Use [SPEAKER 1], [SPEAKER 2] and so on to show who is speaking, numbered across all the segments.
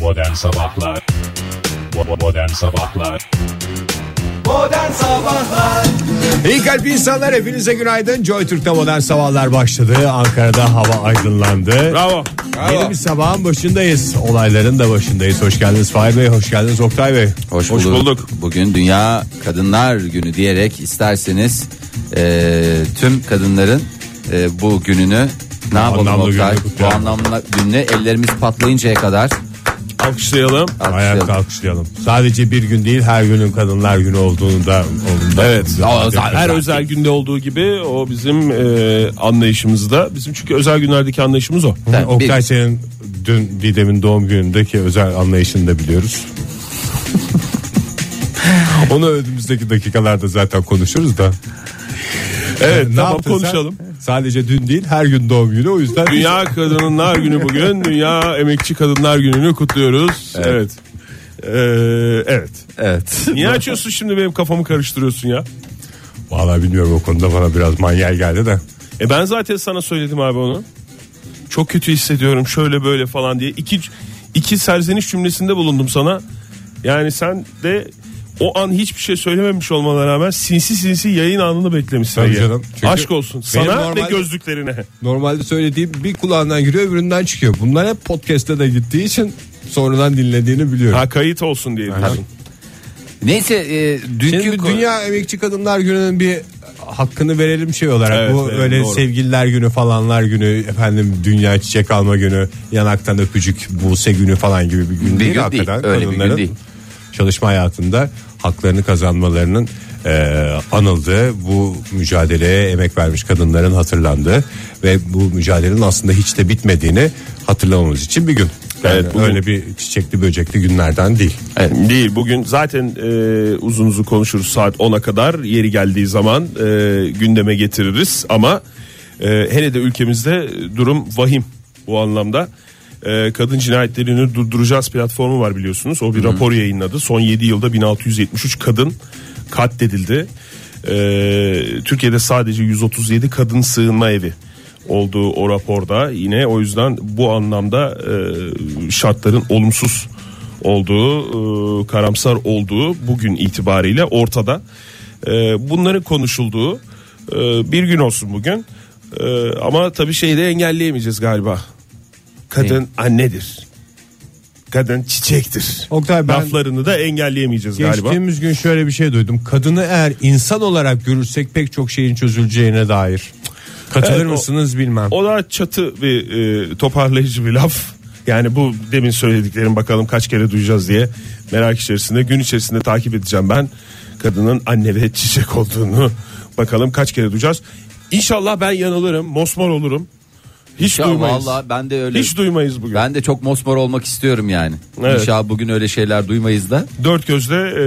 [SPEAKER 1] Modern Sabahlar Bo- Modern Sabahlar
[SPEAKER 2] Modern Sabahlar
[SPEAKER 3] İyi kalp insanlar hepinize günaydın. Joy Türk'te modern sabahlar başladı. Ankara'da hava aydınlandı.
[SPEAKER 4] Bravo.
[SPEAKER 3] Yeni bir sabahın başındayız. Olayların da başındayız. Hoş geldiniz Fahir Bey, hoş geldiniz Oktay Bey.
[SPEAKER 2] Hoş
[SPEAKER 4] Hoş
[SPEAKER 2] bulduk.
[SPEAKER 4] bulduk.
[SPEAKER 2] Bugün Dünya Kadınlar Günü diyerek isterseniz eee, tüm kadınların eee, bu gününü ne yapalım
[SPEAKER 3] anlamlı
[SPEAKER 2] Oktay?
[SPEAKER 3] gününü
[SPEAKER 2] Bu
[SPEAKER 3] kutlayalım.
[SPEAKER 2] anlamlı gününü ellerimiz patlayıncaya kadar
[SPEAKER 4] Alkışlayalım.
[SPEAKER 2] alkışlayalım.
[SPEAKER 3] Ayakta alkışlayalım. Sadece bir gün değil her günün kadınlar günü olduğunu da. olduğunu da-
[SPEAKER 4] Evet.
[SPEAKER 2] Aa, zaten-
[SPEAKER 4] Her özel günde olduğu gibi o bizim e, anlayışımızda. Bizim çünkü özel günlerdeki anlayışımız o.
[SPEAKER 2] Ben
[SPEAKER 3] Oktay
[SPEAKER 2] bir-
[SPEAKER 3] senin dün Didem'in doğum günündeki özel anlayışını da biliyoruz. Onu önümüzdeki dakikalarda zaten konuşuruz da.
[SPEAKER 4] Evet
[SPEAKER 3] Ne
[SPEAKER 4] tamam
[SPEAKER 3] yaptın sen?
[SPEAKER 4] konuşalım.
[SPEAKER 3] Sadece dün değil her gün doğum günü o yüzden.
[SPEAKER 4] Dünya Kadınlar Günü bugün. Dünya Emekçi Kadınlar Günü'nü kutluyoruz. Evet. Evet. Ee, evet.
[SPEAKER 2] Evet.
[SPEAKER 4] Niye açıyorsun şimdi benim kafamı karıştırıyorsun ya?
[SPEAKER 3] Vallahi bilmiyorum o konuda bana biraz manyel geldi de.
[SPEAKER 4] E ben zaten sana söyledim abi onu. Çok kötü hissediyorum şöyle böyle falan diye. İki, iki serzeniş cümlesinde bulundum sana. Yani sen de o an hiçbir şey söylememiş olmana rağmen sinsi sinsi yayın anını beklemişsin.
[SPEAKER 3] Tabii
[SPEAKER 4] Ege.
[SPEAKER 3] canım. Çünkü
[SPEAKER 4] Aşk olsun
[SPEAKER 3] benim
[SPEAKER 4] sana ve
[SPEAKER 3] normal-
[SPEAKER 4] gözlüklerine.
[SPEAKER 3] Normalde söylediğim bir kulağından giriyor öbüründen çıkıyor. Bunlar hep podcast'te de gittiği için sonradan dinlediğini biliyorum.
[SPEAKER 4] Ha kayıt olsun diye diyorsun.
[SPEAKER 2] Neyse eee, dünkü
[SPEAKER 3] Şimdi bir
[SPEAKER 2] ko-
[SPEAKER 3] Dünya Emekçi Kadınlar Günü'nün bir hakkını verelim şey olarak.
[SPEAKER 4] Evet,
[SPEAKER 3] Bu
[SPEAKER 4] verelim,
[SPEAKER 3] öyle
[SPEAKER 4] doğru.
[SPEAKER 3] sevgililer günü falanlar günü, efendim dünya çiçek alma günü, yanaktan öpücük buse günü falan gibi bir gün
[SPEAKER 2] Bir
[SPEAKER 3] değil
[SPEAKER 2] gün
[SPEAKER 3] hakikaten.
[SPEAKER 2] değil, öyle bir gün
[SPEAKER 3] Kadınların
[SPEAKER 2] değil.
[SPEAKER 3] Çalışma hayatında haklarını kazanmalarının e, anıldığı bu mücadeleye emek vermiş kadınların hatırlandığı ve bu mücadelenin aslında hiç de bitmediğini hatırlamamız için bir gün. Yani
[SPEAKER 4] Evet, bugün.
[SPEAKER 3] öyle bir çiçekli böcekli günlerden değil.
[SPEAKER 2] Evet.
[SPEAKER 4] Değil bugün zaten e, uzun uzun konuşuruz saat 10'a kadar yeri geldiği zaman e, gündeme getiririz ama e, hele de ülkemizde durum vahim bu anlamda. E, kadın cinayetlerini durduracağız platformu var biliyorsunuz o bir rapor yayınladı son 7 yılda 1673 kadın katledildi. E, Türkiye'de sadece 137 kadın sığınma evi olduğu o raporda yine o yüzden bu anlamda e, şartların olumsuz olduğu, e, karamsar olduğu bugün itibariyle ortada. E, Bunların konuşulduğu e, bir gün olsun bugün. E, Ama tabii şeyi de engelleyemeyeceğiz galiba. Kadın annedir. Kadın çiçektir.
[SPEAKER 3] Oktay ben
[SPEAKER 4] Laflarını da engelleyemeyeceğiz galiba.
[SPEAKER 3] Geçtiğimiz gün şöyle bir şey duydum. Kadını eğer insan olarak görürsek pek çok şeyin çözüleceğine dair. Katılır
[SPEAKER 4] Evet, o-
[SPEAKER 3] mısınız bilmem.
[SPEAKER 4] O da çatı bir e, toparlayıcı bir laf. Yani bu demin söylediklerim bakalım kaç kere duyacağız diye merak içerisinde gün içerisinde takip edeceğim ben kadının anne ve çiçek olduğunu bakalım kaç kere duyacağız. İnşallah ben yanılırım, mosmor olurum. Hiç
[SPEAKER 2] İnşallah
[SPEAKER 4] duymayız.
[SPEAKER 2] vallahi ben de öyle.
[SPEAKER 4] Hiç duymayız bugün.
[SPEAKER 2] Ben de çok mosmor olmak istiyorum yani.
[SPEAKER 4] Evet.
[SPEAKER 2] İnşallah bugün öyle şeyler duymayız da.
[SPEAKER 4] Dört gözle e,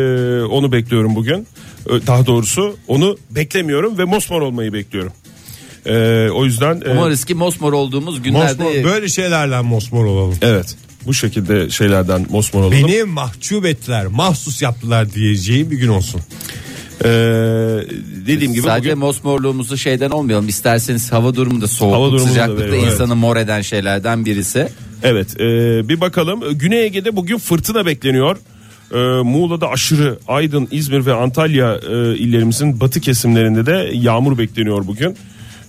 [SPEAKER 4] onu bekliyorum bugün. Ö, Daha doğrusu onu beklemiyorum ve mosmor olmayı bekliyorum. E, o yüzden e,
[SPEAKER 2] Umarız ki mosmor olduğumuz günlerde
[SPEAKER 3] Mosmor, böyle şeylerden mosmor olalım.
[SPEAKER 4] evet bu şekilde şeylerden mosmor olalım.
[SPEAKER 3] Beni mahcup ettiler, mahsus yaptılar diyeceği bir gün olsun.
[SPEAKER 4] Ee, dediğim gibi
[SPEAKER 2] Sadece
[SPEAKER 4] bugün
[SPEAKER 2] mosmorluğumuzu şeyden olmayalım. İsterseniz hava durumu da soğuk,
[SPEAKER 4] Hava durumu da
[SPEAKER 2] sıcaklık da
[SPEAKER 4] verelim,
[SPEAKER 2] insanı mor eden şeylerden birisi.
[SPEAKER 4] evet e, bir bakalım Güney Ege'de bugün fırtına bekleniyor. Ee, Muğla'da aşırı Aydın, İzmir ve Antalya e, illerimizin batı kesimlerinde de yağmur bekleniyor bugün.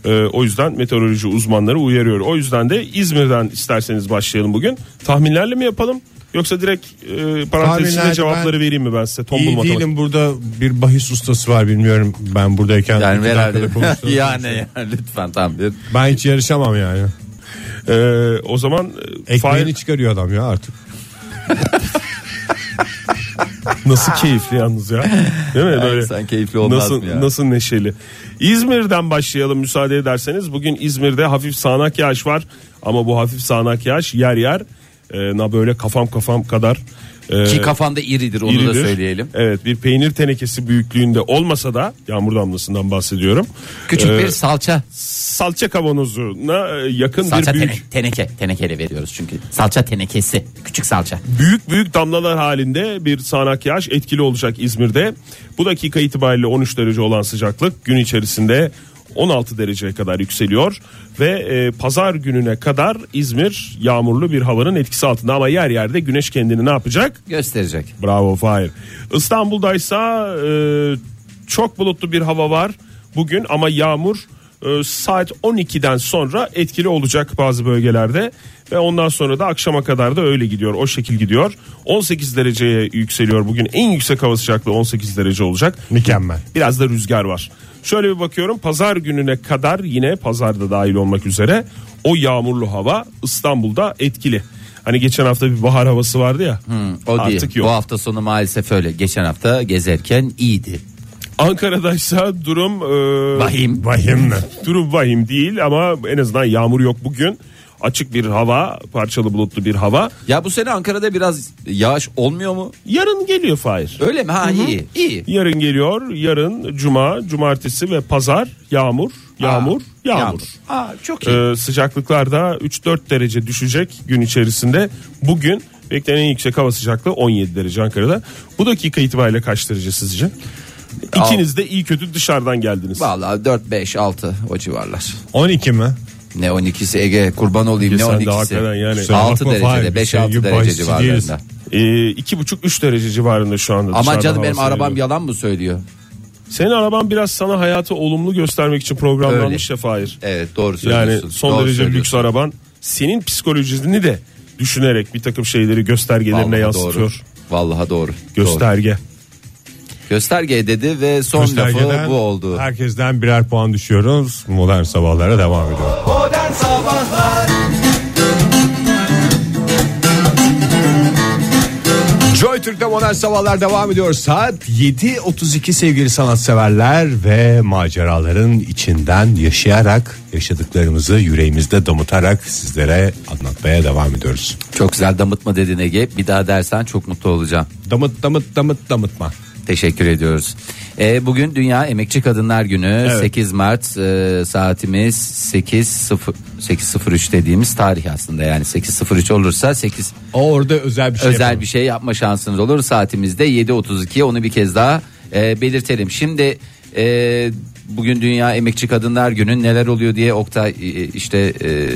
[SPEAKER 4] Ee, o yüzden meteoroloji uzmanları uyarıyor. O yüzden de İzmir'den isterseniz başlayalım bugün. Tahminlerle mi yapalım? Yoksa direkt e, parantez içinde
[SPEAKER 3] Tahminlerle
[SPEAKER 4] cevapları
[SPEAKER 3] ben-
[SPEAKER 4] vereyim mi ben size? Tombul
[SPEAKER 3] İyi
[SPEAKER 4] matematik.
[SPEAKER 3] değilim burada bir bahis ustası var bilmiyorum ben buradayken.
[SPEAKER 2] Yani
[SPEAKER 3] iki dakikada
[SPEAKER 2] herhalde
[SPEAKER 3] konuştum.
[SPEAKER 2] yani, yani lütfen tamam. bir-
[SPEAKER 3] Ben hiç yarışamam yani.
[SPEAKER 4] Ee, o zaman e,
[SPEAKER 3] Ekmeğini
[SPEAKER 4] Fahir-
[SPEAKER 3] çıkarıyor adam ya artık.
[SPEAKER 4] Nasıl keyifli yalnız ya. Değil mi? Böyle
[SPEAKER 2] sen keyifli olmaz
[SPEAKER 4] nasıl,
[SPEAKER 2] mı ya?
[SPEAKER 4] Nasıl neşeli. İzmir'den başlayalım müsaade ederseniz. Bugün İzmir'de hafif sağanak yağış var. Ama bu hafif sağanak yağış yer yer e, na böyle kafam kafam kadar e,
[SPEAKER 2] Ki kafanda iridir onu da
[SPEAKER 4] iridir.
[SPEAKER 2] söyleyelim.
[SPEAKER 4] Evet bir peynir tenekesi büyüklüğünde olmasa da yağmur damlasından bahsediyorum.
[SPEAKER 2] Küçük
[SPEAKER 4] E,
[SPEAKER 2] bir salça.
[SPEAKER 4] salça kavanozuna e, yakın
[SPEAKER 2] Salça
[SPEAKER 4] bir büyük
[SPEAKER 2] tene- teneke. Tenekeli veriyoruz çünkü. Salça tenekesi. Küçük salça.
[SPEAKER 4] büyük büyük damlalar halinde bir sağanak yağış etkili olacak İzmir'de. Bu dakika itibariyle 13 derece olan sıcaklık gün içerisinde 16 dereceye kadar yükseliyor ve e, pazar gününe kadar İzmir yağmurlu bir havanın etkisi altında ama yer yerde güneş kendini ne yapacak?
[SPEAKER 2] Gösterecek.
[SPEAKER 4] Bravo Fahir. İstanbul'daysa e, çok bulutlu bir hava var bugün ama yağmur e, saat 12'den sonra etkili olacak bazı bölgelerde ve ondan sonra da akşama kadar da öyle gidiyor o şekil gidiyor 18 dereceye yükseliyor bugün en yüksek hava sıcaklığı 18 derece olacak
[SPEAKER 3] Mükemmel.
[SPEAKER 4] biraz da rüzgar var şöyle bir bakıyorum pazar gününe kadar yine pazarda dahil olmak üzere o yağmurlu hava İstanbul'da etkili hani geçen hafta bir bahar havası vardı ya
[SPEAKER 2] Hmm, O
[SPEAKER 4] artık
[SPEAKER 2] değil.
[SPEAKER 4] yok
[SPEAKER 2] Bu hafta sonu maalesef öyle. Geçen hafta gezerken iyiydi.
[SPEAKER 4] Ankara'daysa durum e,
[SPEAKER 2] Vahim.
[SPEAKER 3] Vahim mi?
[SPEAKER 4] durum vahim değil ama en azından yağmur yok bugün. Açık bir hava, parçalı bulutlu bir hava.
[SPEAKER 2] Ya bu sene Ankara'da biraz yağış olmuyor mu?
[SPEAKER 4] Yarın geliyor Fahir.
[SPEAKER 2] Öyle mi? Ha iyi. iyi.
[SPEAKER 4] Yarın geliyor. Yarın cuma, cumartesi ve pazar yağmur, yağmur, yağmur.
[SPEAKER 2] Aa, çok iyi.
[SPEAKER 4] Ee, sıcaklıklarda 3-4 derece düşecek gün içerisinde. Bugün beklenen en yüksek hava sıcaklığı 17 derece Ankara'da. Bu dakika itibariyle kaç derece sizce? İkiniz de iyi kötü dışarıdan geldiniz.
[SPEAKER 2] Vallahi 4 5 6 o civarlar.
[SPEAKER 3] 12 mi?
[SPEAKER 2] Ne 12'si Ege kurban olayım ne
[SPEAKER 4] Sen de
[SPEAKER 2] 12'si.
[SPEAKER 4] hakikaten yani-
[SPEAKER 2] Kusura 6
[SPEAKER 3] bakma Fahir,
[SPEAKER 2] derecede
[SPEAKER 3] biz
[SPEAKER 2] 5
[SPEAKER 4] şey
[SPEAKER 3] senin
[SPEAKER 2] 6
[SPEAKER 3] gibi
[SPEAKER 2] derece
[SPEAKER 3] bahisçi değiliz.
[SPEAKER 2] civarlarında.
[SPEAKER 4] Ee, iki buçuk üç derece civarında şu anda.
[SPEAKER 2] Ama
[SPEAKER 4] dışarıda
[SPEAKER 2] canım benim
[SPEAKER 4] havası
[SPEAKER 2] arabam
[SPEAKER 4] veriyor.
[SPEAKER 2] yalan mı söylüyor?
[SPEAKER 4] Senin araban biraz sana hayatı olumlu göstermek için programlanmış ya Fahir.
[SPEAKER 2] Evet doğru söylüyorsun.
[SPEAKER 4] Yani son
[SPEAKER 2] Doğru
[SPEAKER 4] derece
[SPEAKER 2] söylüyorsun.
[SPEAKER 4] lüks araban senin psikolojini de düşünerek bir takım şeyleri göstergelerine
[SPEAKER 2] Vallahi doğru.
[SPEAKER 4] yansıtıyor.
[SPEAKER 2] Vallahi doğru. Doğru.
[SPEAKER 4] Gösterge.
[SPEAKER 2] Gösterge dedi ve son
[SPEAKER 3] Göstergeden
[SPEAKER 2] lafı bu oldu.
[SPEAKER 3] Herkesten birer puan düşüyoruz. Modern sabahlara devam ediyor.
[SPEAKER 5] Modern Sabahlar
[SPEAKER 3] Joy Türk'te modern sabahlar devam ediyor. Saat 7.32 sevgili sanatseverler ve maceraların içinden yaşayarak yaşadıklarımızı yüreğimizde damıtarak sizlere anlatmaya devam ediyoruz.
[SPEAKER 2] Çok güzel damıtma dedin Ege. Bir daha dersen çok mutlu olacağım.
[SPEAKER 3] Damıt damıt damıt damıtma.
[SPEAKER 2] Teşekkür ediyoruz. E, bugün Dünya Emekçi Kadınlar Günü 8 Mart e, saatimiz 8.0 8.03 dediğimiz tarih aslında yani 8.03 olursa 8
[SPEAKER 3] O orada özel bir şey.
[SPEAKER 2] özel
[SPEAKER 3] yapalım.
[SPEAKER 2] bir şey yapma şansınız olur. Saatimizde 7.32 onu bir kez daha e, belirtelim. Şimdi e, bugün Dünya Emekçi Kadınlar Günü neler oluyor diye Oktay e, işte e,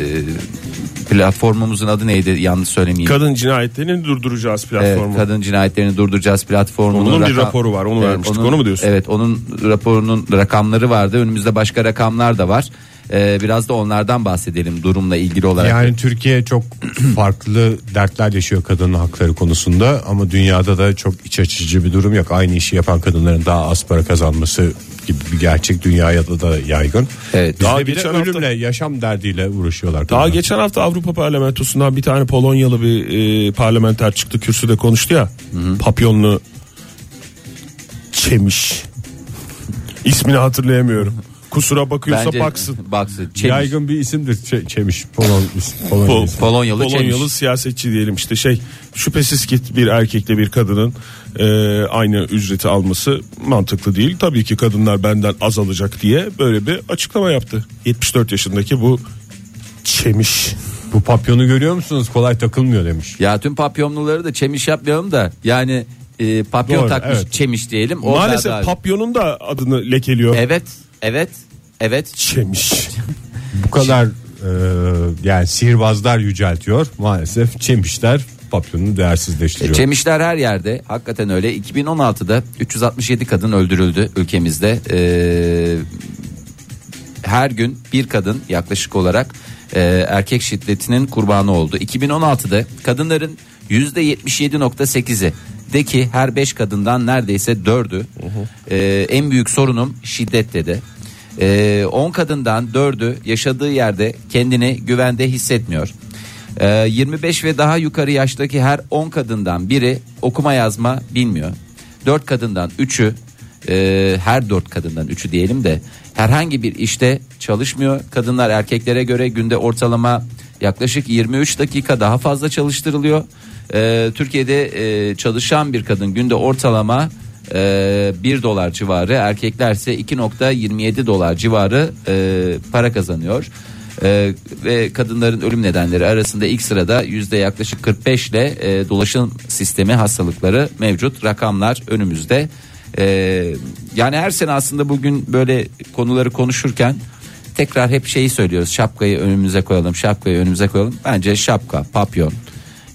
[SPEAKER 2] platformumuzun adı neydi yanlış söylemeyeyim.
[SPEAKER 4] Kadın cinayetlerini durduracağız
[SPEAKER 2] Evet,
[SPEAKER 4] platformu.
[SPEAKER 2] kadın cinayetlerini durduracağız platformunun
[SPEAKER 4] Onun bir
[SPEAKER 2] rakam-
[SPEAKER 4] raporu var, onu vermiştik, onu mu diyorsun?
[SPEAKER 2] Evet onun raporunun rakamları vardı önümüzde başka rakamlar da var Ee, biraz da onlardan bahsedelim durumla ilgili olarak.
[SPEAKER 3] Yani Türkiye çok farklı dertler yaşıyor kadın hakları konusunda ama dünyada da çok iç açıcı bir durum yok. Aynı işi yapan kadınların daha az para kazanması gibi bir gerçek dünyaya da, da yaygın.
[SPEAKER 2] Evet.
[SPEAKER 3] Daha
[SPEAKER 4] Bizde
[SPEAKER 3] bir de
[SPEAKER 4] geçen hafta-
[SPEAKER 3] ölümle, yaşam derdiyle uğraşıyorlar.
[SPEAKER 4] Daha
[SPEAKER 3] kadınlar.
[SPEAKER 4] geçen hafta Avrupa Parlamentosu'ndan bir tane Polonyalı bir e, parlamenter çıktı kürsüde konuştu ya. Papyonlu çemiş. İsmini hatırlayamıyorum. Kusura bakıyorsa
[SPEAKER 2] Bence-
[SPEAKER 4] baksın.
[SPEAKER 2] baksın. Çemiş.
[SPEAKER 3] Yaygın bir isimdir Çe- Çemiş. Polon, Polon,
[SPEAKER 4] Pol-
[SPEAKER 3] ismi.
[SPEAKER 2] Polonyalı
[SPEAKER 4] Polonyalı
[SPEAKER 2] Çemiş.
[SPEAKER 4] siyasetçi diyelim işte şey şüphesiz ki bir erkekle bir kadının e, aynı ücreti alması mantıklı değil. Tabii ki kadınlar benden az alacak diye böyle bir açıklama yaptı. 74 yaşındaki bu çemiş.
[SPEAKER 3] Bu papyonu görüyor musunuz? Kolay takılmıyor demiş.
[SPEAKER 2] Ya tüm papyonluları da çemiş yapmayalım da yani e, papyon
[SPEAKER 3] Doğru,
[SPEAKER 2] takmış
[SPEAKER 3] evet.
[SPEAKER 2] çemiş diyelim. O
[SPEAKER 4] Maalesef
[SPEAKER 2] daha da-
[SPEAKER 4] papyonun da adını lekeliyor.
[SPEAKER 2] Evet evet evet.
[SPEAKER 4] Çemiş.
[SPEAKER 3] Bu kadar e, yani sihirbazlar yüceltiyor. Maalesef Çemişler papyonu değersizleştiriyor.
[SPEAKER 2] E, Çemişler her yerde hakikaten öyle 2016'da 367 kadın öldürüldü ülkemizde Ee, her gün bir kadın yaklaşık olarak e, erkek şiddetinin kurbanı oldu 2016'da kadınların %77.8'i de ki her 5 kadından neredeyse 4'ü e, en büyük sorunum şiddet dedi. 10 kadından 4'ü yaşadığı yerde kendini güvende hissetmiyor. Ee, 25 ve daha yukarı yaştaki her 10 kadından biri okuma yazma bilmiyor. 4 kadından 3'ü e, her 4 kadından 3'ü diyelim de herhangi bir işte çalışmıyor. Kadınlar erkeklere göre günde ortalama yaklaşık 23 dakika daha fazla çalıştırılıyor. Ee, Türkiye'de e, çalışan bir kadın günde ortalama e, 1 dolar civarı erkeklerse 2.27 dolar civarı e, para kazanıyor. Ee, ve kadınların ölüm nedenleri arasında ilk sırada yüzde yaklaşık 45 ile e, dolaşım sistemi hastalıkları mevcut rakamlar önümüzde. E, yani her sene aslında bugün böyle konuları konuşurken tekrar hep şeyi söylüyoruz. Şapkayı önümüze koyalım, şapkayı önümüze koyalım. Bence şapka, papyon,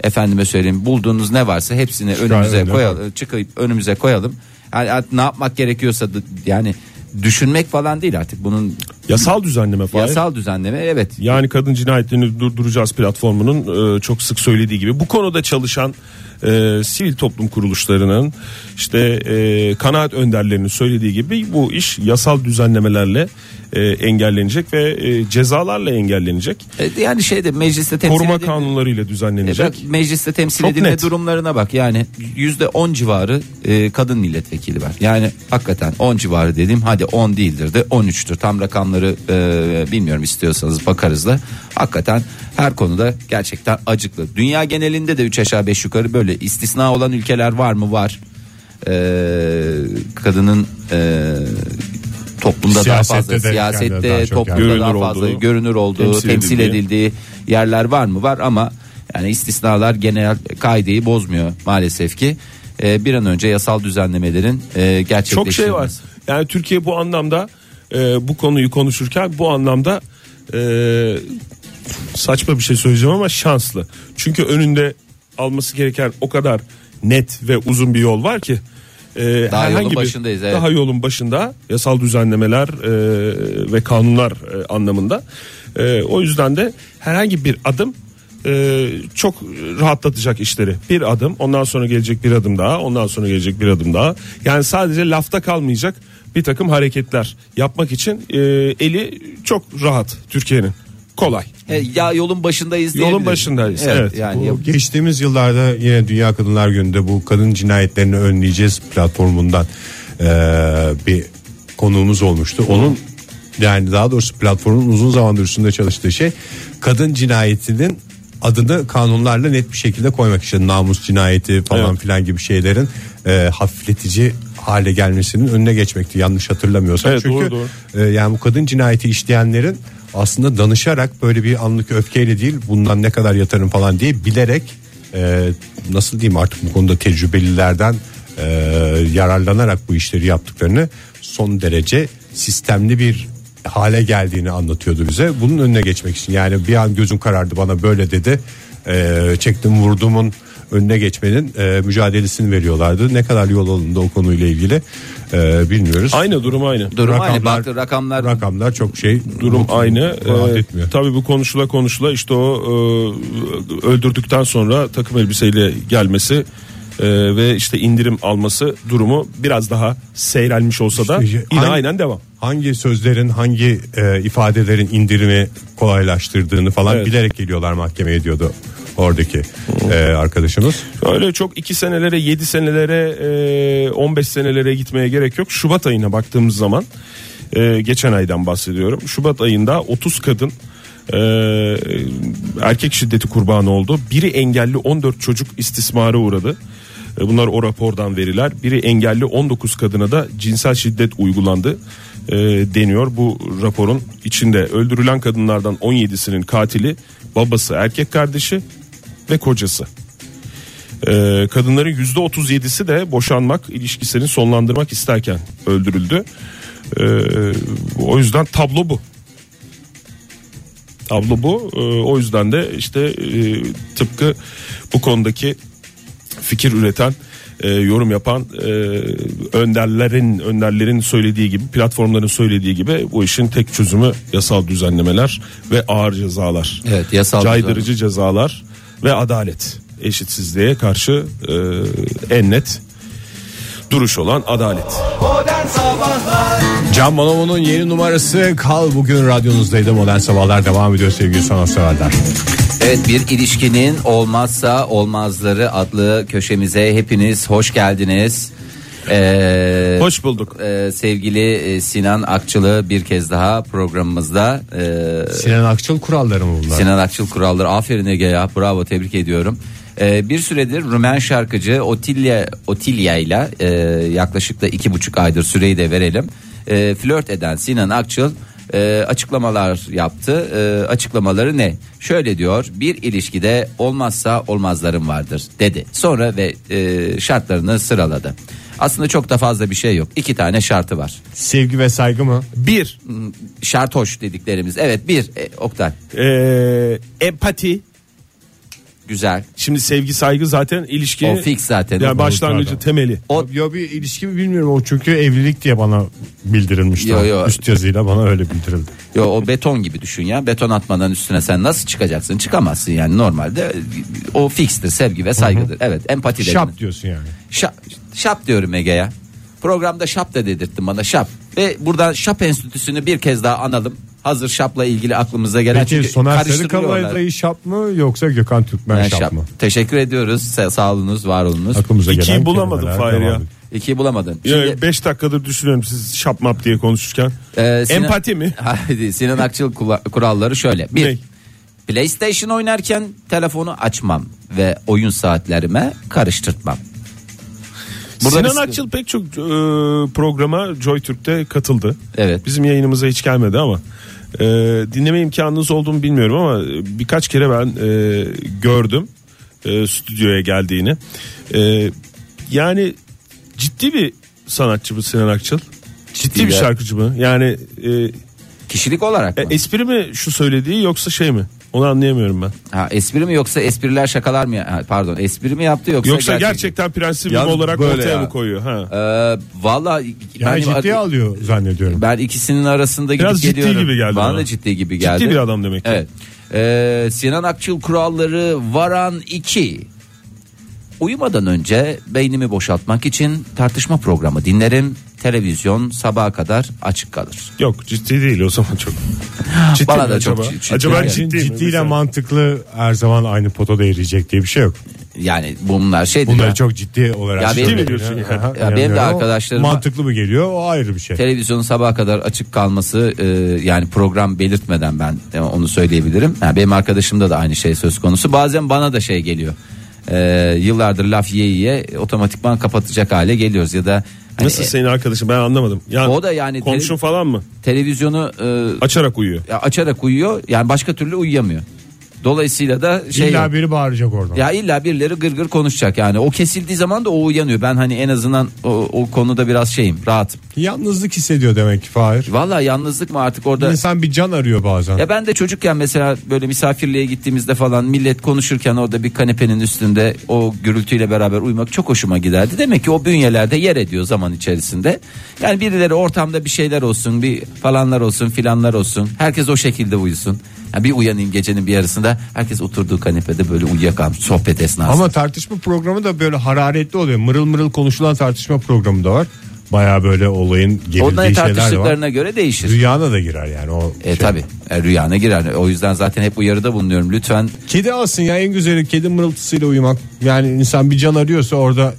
[SPEAKER 2] efendime söyleyeyim bulduğunuz ne varsa hepsini önümüze
[SPEAKER 3] önüne
[SPEAKER 2] koyalım. Çıkıp önümüze koyalım. Yani artık ne yapmak gerekiyorsa da- yani düşünmek falan değil artık. Bunun
[SPEAKER 4] Yasal düzenleme falan.
[SPEAKER 2] yasal düzenleme evet
[SPEAKER 4] Yani kadın cinayetlerini durduracağız platformunun e, çok sık söylediği gibi bu konuda çalışan e, sivil toplum kuruluşlarının işte e, kanaat önderlerinin söylediği gibi bu iş yasal düzenlemelerle e, engellenecek ve e, cezalarla engellenecek.
[SPEAKER 2] E, Yani şeyde mecliste temsil
[SPEAKER 4] Koruma
[SPEAKER 2] edilme-
[SPEAKER 4] kanunlarıyla
[SPEAKER 2] E,
[SPEAKER 4] düzenlenecek.
[SPEAKER 2] bak, mecliste temsil
[SPEAKER 4] Çok
[SPEAKER 2] edilme
[SPEAKER 4] net.
[SPEAKER 2] durumlarına bak yani yüzde on civarı e, kadın milletvekili var. Yani hakikaten 10 civarı dediğim hadi 10 değildir de 13'tür. Tam rakamları e, bilmiyorum istiyorsanız bakarız da hakikaten her konuda gerçekten acıklı. Dünya genelinde de 3 aşağı 5 yukarı böyle istisna olan ülkeler var mı var. E, kadının e, toplumda daha
[SPEAKER 3] Siyasette
[SPEAKER 2] fazla
[SPEAKER 3] de
[SPEAKER 2] siyasette
[SPEAKER 3] kendine daha çok
[SPEAKER 2] toplumda
[SPEAKER 4] yani.
[SPEAKER 2] daha
[SPEAKER 4] Görünür
[SPEAKER 2] fazla
[SPEAKER 4] olduğu,
[SPEAKER 2] görünür olduğu temsil,
[SPEAKER 4] temsil
[SPEAKER 2] edildiği.
[SPEAKER 4] edildiği.
[SPEAKER 2] yerler var mı var ama yani istisnalar genel kaideyi bozmuyor maalesef ki Ee, bir an önce yasal düzenlemelerin e,
[SPEAKER 4] Çok şey var.
[SPEAKER 2] gerçekleştirilmesi.
[SPEAKER 4] Yani Türkiye bu anlamda e, bu konuyu konuşurken bu anlamda e, saçma bir şey söyleyeceğim ama şanslı. Çünkü önünde alması gereken o kadar net ve uzun bir yol var ki. e,
[SPEAKER 2] Daha yolun
[SPEAKER 4] bir-
[SPEAKER 2] başındayız, evet.
[SPEAKER 4] Daha yolun başında yasal düzenlemeler e, ve kanunlar e, anlamında. E, o yüzden de herhangi bir adım e, çok rahatlatacak işleri. Bir adım, ondan sonra gelecek bir adım daha, ondan sonra gelecek bir adım daha. Yani sadece lafta kalmayacak bir takım hareketler yapmak için e, eli çok rahat Türkiye'nin. Kolay.
[SPEAKER 2] E, ya yolun başındayız
[SPEAKER 4] Yolun
[SPEAKER 2] diyebiliriz.
[SPEAKER 4] başındayız, evet.
[SPEAKER 2] yani
[SPEAKER 3] Bu geçtiğimiz yıllarda yine Dünya Kadınlar Günü'nde bu kadın cinayetlerini önleyeceğiz platformundan eee, bir konuğumuz olmuştu. Onun yani daha doğrusu platformun uzun zamandır üstünde çalıştığı şey kadın cinayetinin adını kanunlarla net bir şekilde koymak işte namus cinayeti falan
[SPEAKER 4] Evet.
[SPEAKER 3] filan gibi şeylerin eee, hafifletici hale gelmesinin önüne geçmekti yanlış hatırlamıyorsam.
[SPEAKER 4] Evet,
[SPEAKER 3] Çünkü
[SPEAKER 4] doğru, doğru.
[SPEAKER 3] e, yani bu kadın cinayeti işleyenlerin aslında danışarak böyle bir anlık öfkeyle değil bundan ne kadar yatarım falan diye bilerek e, nasıl diyeyim artık bu konuda tecrübelilerden e, yararlanarak bu işleri yaptıklarını son derece sistemli bir hale geldiğini anlatıyordu bize. Bunun önüne geçmek için yani bir an gözüm karardı bana böyle dedi. E, çektim vurdumun önüne geçmenin e, mücadelesini veriyorlardı. Ne kadar yol alındı o konuyla ilgili e, bilmiyoruz
[SPEAKER 4] Aynı durum aynı.
[SPEAKER 2] Durum aynı. Bak, rakamlar-
[SPEAKER 3] rakamlar çok şey e,
[SPEAKER 4] durum
[SPEAKER 3] mutlu-
[SPEAKER 4] aynı.
[SPEAKER 3] rahat
[SPEAKER 4] Ee,
[SPEAKER 3] etmiyor.
[SPEAKER 4] tabii bu konuşula konuşula işte o e, öldürdükten sonra takım elbiseyle gelmesi e, ve işte indirim alması durumu biraz daha seyrelmiş olsa da
[SPEAKER 3] İşte,
[SPEAKER 4] yine
[SPEAKER 3] aynı-
[SPEAKER 4] aynen devam.
[SPEAKER 3] şey, Hangi sözlerin hangi e, ifadelerin indirimi kolaylaştırdığını falan
[SPEAKER 4] Evet.
[SPEAKER 3] bilerek geliyorlar mahkemeye diyordu oradaki e, arkadaşımız.
[SPEAKER 4] Öyle çok 2 senelere 7 senelere e, 15 senelere gitmeye gerek yok. Şubat ayına baktığımız zaman e, geçen aydan bahsediyorum. Şubat ayında 30 kadın e, erkek şiddeti kurbanı oldu. Biri engelli 14 çocuk istismara uğradı. E, Bunlar o rapordan veriler. Biri engelli 19 kadına da cinsel şiddet uygulandı e, deniyor bu raporun içinde. Öldürülen kadınlardan 17'sinin katili babası erkek kardeşi ve kocası. Ee, kadınların yüzde 37'si de boşanmak ilişkisini sonlandırmak isterken öldürüldü. Ee, o yüzden tablo bu. Tablo bu. Ee, o yüzden de işte e, tıpkı bu konudaki fikir üreten e, yorum yapan e, önderlerin önderlerin söylediği gibi platformların söylediği gibi bu işin tek çözümü yasal düzenlemeler ve ağır cezalar.
[SPEAKER 2] Evet, yasal
[SPEAKER 4] caydırıcı cezalar ve adalet eşitsizliğe karşı e, en net duruş olan adalet.
[SPEAKER 5] Modern Sabahlar
[SPEAKER 3] Can Bonomo'nun yeni numarası Kal bugün radyonuzdaydı. Modern Sabahlar devam ediyor sevgili sanatseverler.
[SPEAKER 2] Evet bir ilişkinin olmazsa olmazları adlı köşemize hepiniz hoş geldiniz. Ee,
[SPEAKER 4] Hoş bulduk.
[SPEAKER 2] e, sevgili e, Sinan Akçılı bir kez daha programımızda e,
[SPEAKER 3] Sinan Akçıl kuralları mı bunlar?
[SPEAKER 2] Sinan Akçıl kuralları aferin Ege ya bravo tebrik ediyorum. Ee, bir süredir Rumen şarkıcı Otilya Otilya ile e, yaklaşık da iki buçuk aydır süreyi de verelim. E, flört eden Sinan Akçıl e, açıklamalar yaptı. E, açıklamaları ne? Şöyle diyor bir ilişkide olmazsa olmazlarım vardır dedi. Sonra ve e, şartlarını sıraladı. Aslında çok da fazla bir şey yok. İki tane şartı var. Hmm,
[SPEAKER 3] Sevgi ve saygı mı?
[SPEAKER 4] Bir,
[SPEAKER 2] Şart hoş dediklerimiz. Evet bir e, Oktay
[SPEAKER 4] e, empati.
[SPEAKER 2] güzel.
[SPEAKER 4] Şimdi sevgi saygı zaten ilişki.
[SPEAKER 2] O fix zaten.
[SPEAKER 4] Yani başlangıcı
[SPEAKER 3] Pardon.
[SPEAKER 4] temeli.
[SPEAKER 2] O-
[SPEAKER 3] Ya bir ilişki mi bilmiyorum o çünkü evlilik diye bana bildirilmişti.
[SPEAKER 2] Yo, yo.
[SPEAKER 3] Üst yazıyla bana öyle bildirildi.
[SPEAKER 2] Yo, o beton gibi düşün ya. Beton atmadan üstüne sen nasıl çıkacaksın? Çıkamazsın yani normalde. O fixtir sevgi ve saygıdır. Evet empati dedin.
[SPEAKER 3] Şap diyorsun yani.
[SPEAKER 2] Şap, şap diyorum Ege ya. Programda şap da dedirttin bana şap. Ve buradan şap enstitüsünü bir kez daha analım. Hazır şapla ilgili aklımıza gelen
[SPEAKER 3] Peki
[SPEAKER 2] çünkü
[SPEAKER 3] Soner
[SPEAKER 2] karıştırıyorlar.
[SPEAKER 3] Sarıkalay'dayı şap mı yoksa Gökhan Türkmen
[SPEAKER 2] Yani
[SPEAKER 3] şap,
[SPEAKER 2] şap.
[SPEAKER 3] mı?
[SPEAKER 2] Teşekkür ediyoruz. Sa- Sağolunuz, var olunuz.
[SPEAKER 3] Aklımıza
[SPEAKER 4] İkiyi
[SPEAKER 3] gelen
[SPEAKER 4] bulamadım
[SPEAKER 3] kelimeler
[SPEAKER 4] Fahir ya.
[SPEAKER 3] devam ediyor.
[SPEAKER 2] İkiyi bulamadın. Şimdi,
[SPEAKER 4] Yani 5 dakikadır düşünüyorum siz şapmap diye konuşurken.
[SPEAKER 2] e, Sinan-
[SPEAKER 4] Empati mi?
[SPEAKER 2] Haydi, Sinan Akçıl kula- kuralları şöyle. Bir,
[SPEAKER 4] Ne?
[SPEAKER 2] PlayStation oynarken telefonu açmam ve oyun saatlerime karıştırtmam. Burada
[SPEAKER 4] Sinan
[SPEAKER 2] bir sıkıntı-
[SPEAKER 4] Akçıl pek çok e, programa JoyTürk'te katıldı.
[SPEAKER 2] Evet.
[SPEAKER 4] Bizim yayınımıza hiç gelmedi ama e, dinleme imkanınız olduğunu bilmiyorum ama birkaç kere ben e, gördüm e, stüdyoya geldiğini. E, yani ciddi bir sanatçı bu Sinan Akçıl. Ciddi,
[SPEAKER 2] Ciddi
[SPEAKER 4] bir
[SPEAKER 2] ya.
[SPEAKER 4] şarkıcı mı? Yani e,
[SPEAKER 2] Kişilik olarak mı?
[SPEAKER 4] e, espri mi şu söylediği yoksa şey mi? Onu anlayamıyorum ben.
[SPEAKER 2] ha, espri mi yoksa espriler şakalar mı? Ha, pardon espri mi yaptı yoksa,
[SPEAKER 4] Yoksa
[SPEAKER 2] gerçek-
[SPEAKER 4] gerçekten prensibim
[SPEAKER 3] Yalnız
[SPEAKER 4] olarak
[SPEAKER 3] böyle
[SPEAKER 4] ortaya
[SPEAKER 3] ya.
[SPEAKER 4] mı koyuyor? Ha.
[SPEAKER 2] Ee, Valla
[SPEAKER 3] Yani
[SPEAKER 2] ben,
[SPEAKER 3] ciddiye alıyor zannediyorum.
[SPEAKER 2] ben ikisinin arasında gidip
[SPEAKER 4] Biraz ciddi
[SPEAKER 2] geliyorum.
[SPEAKER 4] gibi geldi
[SPEAKER 2] Bana
[SPEAKER 4] bana.
[SPEAKER 2] da ciddi gibi geldi.
[SPEAKER 4] Ciddi bir adam demek ki.
[SPEAKER 2] Evet. Ee, Sinan Akçıl kuralları varan 2. Uyumadan önce beynimi boşaltmak için tartışma programı dinlerim. Televizyon sabaha kadar açık kalır.
[SPEAKER 4] Yok ciddi değil o zaman çok. Ciddi
[SPEAKER 2] Bana
[SPEAKER 4] mi
[SPEAKER 2] da
[SPEAKER 4] acaba?
[SPEAKER 2] çok ciddi
[SPEAKER 4] acaba
[SPEAKER 2] geldi.
[SPEAKER 4] ciddi, mi?
[SPEAKER 3] Ciddiyle
[SPEAKER 4] Mesela-
[SPEAKER 3] mantıklı her zaman aynı potada eriyecek diye bir şey yok.
[SPEAKER 2] Yani bunlar şey
[SPEAKER 3] Bunları çok ciddi olarak.
[SPEAKER 2] Ya benim-
[SPEAKER 3] söylüyorum.
[SPEAKER 4] Ciddi mi diyorsun ya?
[SPEAKER 3] Aha,
[SPEAKER 2] Ya benim de
[SPEAKER 3] inanıyorum ama
[SPEAKER 2] arkadaşlarıma-
[SPEAKER 3] Mantıklı mı geliyor o ayrı bir şey.
[SPEAKER 2] Televizyonun sabaha kadar açık kalması e, yani program belirtmeden ben e, onu söyleyebilirim. Yani benim arkadaşımda da aynı şey söz konusu. Bazen bana da şey geliyor. E, yıllardır laf yiye yiye otomatikman kapatacak hale geliyoruz ya da hani,
[SPEAKER 4] Nasıl
[SPEAKER 2] e,
[SPEAKER 4] senin arkadaşın ben anlamadım. Yani
[SPEAKER 2] O da yani
[SPEAKER 4] komşun
[SPEAKER 2] tele-
[SPEAKER 4] falan mı?
[SPEAKER 2] televizyonu e,
[SPEAKER 4] Açarak uyuyor.
[SPEAKER 2] ya açarak uyuyor. Yani başka türlü uyuyamıyor. Dolayısıyla da şey
[SPEAKER 3] İlla
[SPEAKER 2] yok.
[SPEAKER 3] biri bağıracak oradan.
[SPEAKER 2] ya illa birileri gırgır konuşacak yani. O kesildiği zaman da o uyanıyor. Ben hani en azından o, o konuda biraz şeyim, rahatım.
[SPEAKER 3] Yalnızlık hissediyor demek ki Fahir.
[SPEAKER 2] Vallahi yalnızlık mı artık orada?
[SPEAKER 3] İnsan bir can arıyor bazen.
[SPEAKER 2] Ya ben de çocukken mesela böyle misafirliğe gittiğimizde falan millet konuşurken orada bir kanepenin üstünde o gürültüyle beraber uyumak çok hoşuma giderdi. Demek ki o bünyelerde yer ediyor zaman içerisinde. Yani birileri ortamda bir şeyler olsun, bir falanlar olsun, filanlar olsun. Herkes o şekilde uyusun. Yani bir uyanayım gecenin bir yarısında herkes oturduğu kanepede böyle uyuyakalmış sohbet esnasında.
[SPEAKER 3] Ama tartışma programı da böyle hararetli oluyor. Mırıl mırıl konuşulan tartışma programı da var. Baya böyle olayın
[SPEAKER 2] Onların
[SPEAKER 3] gerildiği şeyler de var.
[SPEAKER 2] tartıştıklarına göre değişir.
[SPEAKER 3] Rüyana da girer yani o şey.
[SPEAKER 2] e tabi rüyana girer. O yüzden zaten hep uyarıda bulunuyorum. Lütfen
[SPEAKER 3] Kedi alsın ya en güzeli kedi mırıltısıyla uyumak. Yani insan bir can arıyorsa orada